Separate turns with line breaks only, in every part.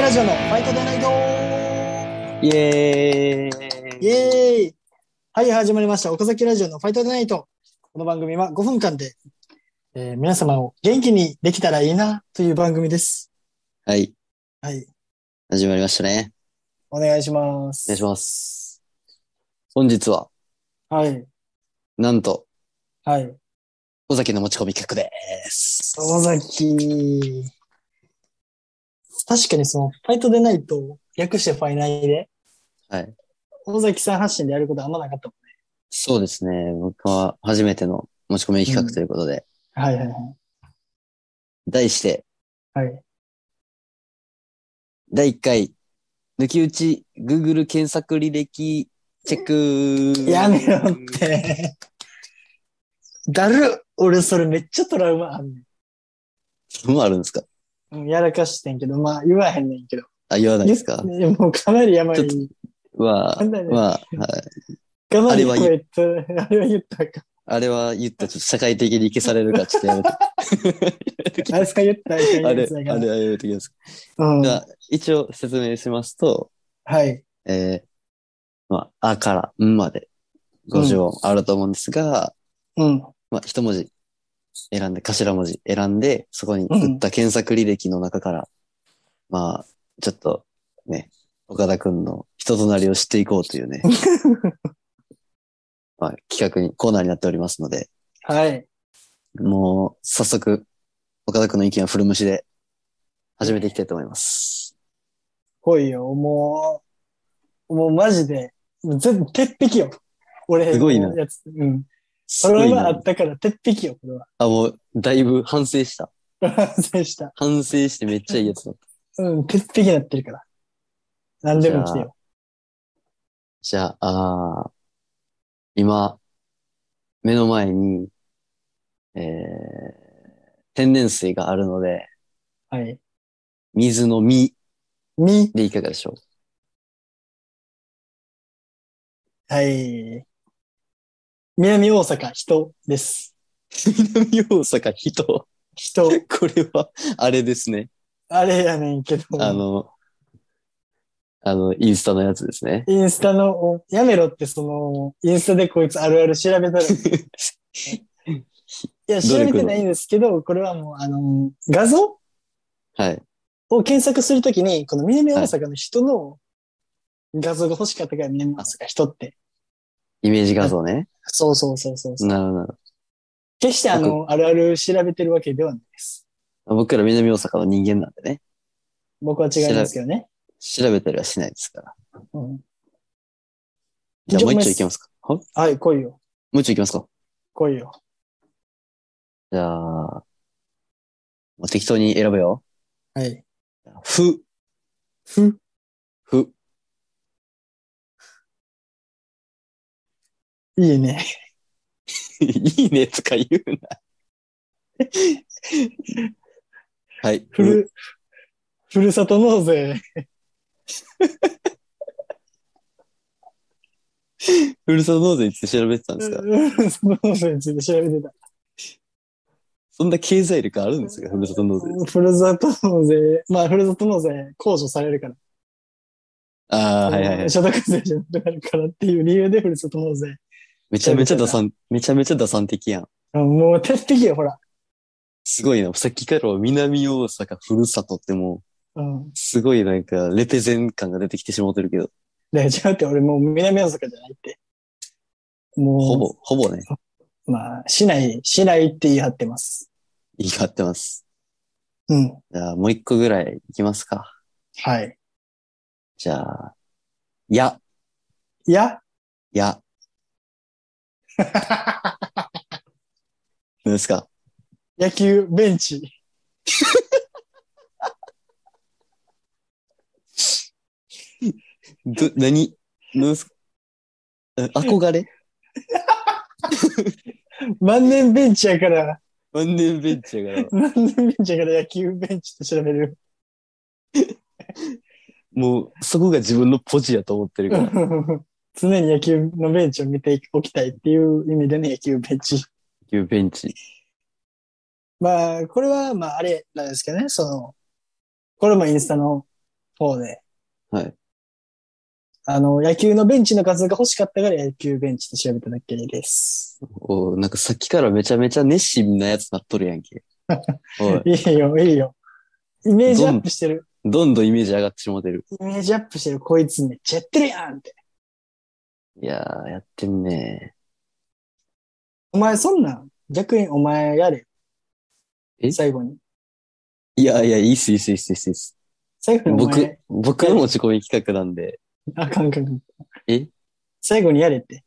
ラジオのファイトでないと
イエーイ
イエーイはい、始まりました。岡崎ラジオのファイトでないとこの番組は5分間で、えー皆様を元気にできたらいいなという番組です。
はい、
はい、
始まりましたね。
お願いします。
お願いします。本日は、
はい、
なんと、
はい。
尾崎の持ち込み企画です。
岡崎。確かにその、ファイトでないと、略してファイナイで、
はい。
尾崎さん発信でやることはあんまなかったも
そうですね。僕は初めての持ち込み企画ということで、
ん。はいはいはい。
題して、
はい。
第1回、抜き打ち Google 検索履歴チェック。
やめろって。だる俺それめっちゃトラウマあんねん。
そんなのあるんですか
うんやらかしてんけど、まあ言わへんねんけど。
あ、言わないですか
ねもうかなり山に、
は
か、なり、
まあ、はい。
かなり
あれは言
声と、 あれは言った らあか
あれは言ったらちょっと社会的に消されるからちょっとや めて。
ん。あれですか言ったらいけな
あ
いや
れ
つ、だか
あ
ら。
れはやめてきます。
うん。
じゃ
は
あ、一応説明しますと、
い。
えー、まあ、あから、んまで、50音あると思うんですが、
うん。
まあ、一文字選んで、頭文字選んで、そこに打った検索履歴の中から、まあ、ちょっと、ね、岡田くんの人となりを知っていこうという ね、まあ、企画に、コーナーになっておりますので、
はい。
もう、早速、岡田くんの意見は古虫で、始めていきたいと思います。
来いよ、もう、もうマジで、もう全部鉄壁よ。俺
すごいな
のやつ。うん。
す
そ
ごい
れはあ
な
っ。たから鉄壁よ、これは。
あ、もう、だいぶ反省した。
反省した。
反省してめっちゃいいやつだった。
うん、鉄壁になってるから。何でも来てよ。
じゃあ、あー今、目の前に、えー、天然水があるので、
はい。
水の実
み。
でいかがでしょ
はい。南大阪、人です。
う南大阪 人。
人。
これは、あれですね。
あれやねんけど。
あの、あの、インスタのやつです ね。
インスタの、おやめろって、その、インスタでこいつあるある調べた ら、いや、調
どれ
べ
く
て
らい
ないんですけど、これはもう、あの、画像
はい。
を検索するときに、この南大阪の人の画像が欲しかったから、南大阪人って。
イメージ画像ね。
そうそうそうそうそう。
なるほどなる
決して、あの、あるある調べてるわけではないです。
ほど。僕ら南大阪の人間なんでね。
僕は違いますけどね。
調べたりはしないですから。
うん、
じゃあもう一丁
行。
いきますすか。はも
はい、来いよ。
う一丁いきますか。
来いよ。
じゃあ、もう適当に選べよ。
はい。
ふ、
ふ、
ふ。
いいね。
いいねとか言うな。はい。
ふる、ふるさと納税。
ふるさと納税って調べてたんですか
うんその話について調べてた。
そんな経済力あるんですかふるさと納税。
ふるさと納税、まあ、ふるさと納税、控除されるから。
ああ、はいはいはい。
所得税じゃなくなるからっていう理由でふるさと納税。
めちゃめちゃ打 算、めちゃめちゃ打算的やん。
あもう、鉄壁よ、ほら。
すごいな。さっきからは南大阪ふるさとっても
うん
う、。すごいなんか、レペゼン感が出てきてしまってるけど、
で、違うって、俺もう南大阪じゃないって。もう、
ほぼ、ほぼね、
まあ、市内、市内って言い張ってます。
言い張ってます。
うん。
じゃあ、もう一個ぐらいいきますか。
はい。
じゃあ、や、
いや、
や、 どうですか
野球、ベンチ。
ど、何どうですかえ憧れ
万年ベンチやから、
万年ベンチやから、
万年ベンチやから野球ベンチって調べる。
もう、そこが自分のポジやと思ってるから、
常に野球のベンチを見ておきたいっていう意味での野球ベンチ。
いうベンチ。
まあ、これは、まあ、あれなんですけどね、その、これもインスタの方で。
はい。
あの、野球のベンチの数が欲しかったから野球ベンチで調べただけです。
おなんかさっきからめちゃめちゃ熱心なやつなっとるやん け。おい、
いいよ、いいよ。イメージアップしてる。
どんどんイメージ上がってしもてる。
イメージアップしてる。こいつめっちゃやってるやんって。
いやー、やってんね
お前そんなん、逆にお前やれ。
え
最後に。
いやいや、いいっす、いいっす、いいっす、いいっすいいっす。
最後にお
僕
前、、
僕の持ち込み企画なんで。
あかんあかんあかん。
え
最後にやれって。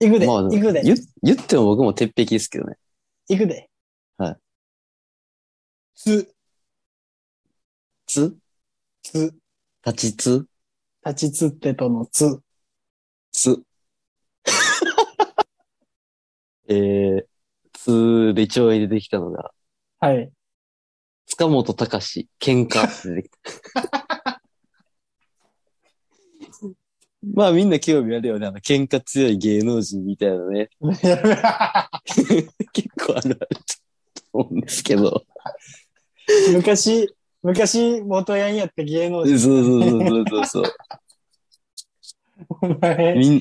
行くで、
まあ、
行くで、
言言っても僕も鉄壁ですけどね。
行くで。
はい。
つ、
つ
つ、
立ちつ
立ちつってとのつ。
つ。 えー、つで一応入れてきたのが、
はい。
塚本隆史、喧嘩出てきた。まあみんな興味あるよね。あの、喧嘩強い芸能人みたいなね。 結構あるあると思うんですけど。
昔、昔、元ヤンやった芸能
そう
人。
そうそうそうそう。
お前、
みん、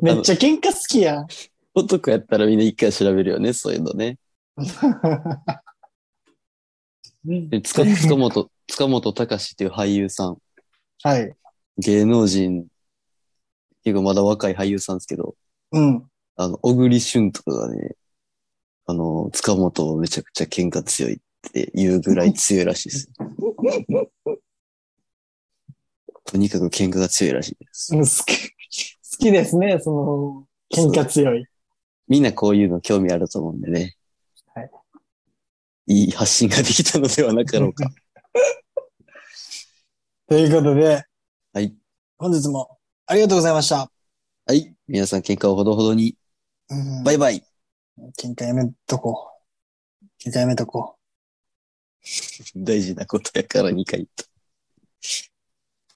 めっちゃ喧嘩好き やん。
男やったらみんな一回調べるよね、そういうのね。で塚塚本、塚本隆史っていう俳優さん。
はい。
芸能人、結構まだ若い俳優さんですけど、
うん。
あの、小栗旬とかがね、あの、塚本をめちゃくちゃ喧嘩強いって言うぐらい強いらし いです。とにかく喧嘩が強いらしいです。
好き、好きですね、その、喧嘩強い。
みんなこういうの興味あると思うんでね。。
はい
いい発信ができたのではなかろうか。
ということで、
はい。
本日もありがとうございました。
はい。皆さん喧嘩をほどほどに。
うん
バイバイ。
喧嘩やめとこう。喧嘩やめとこう。
大事なことやから2回言った。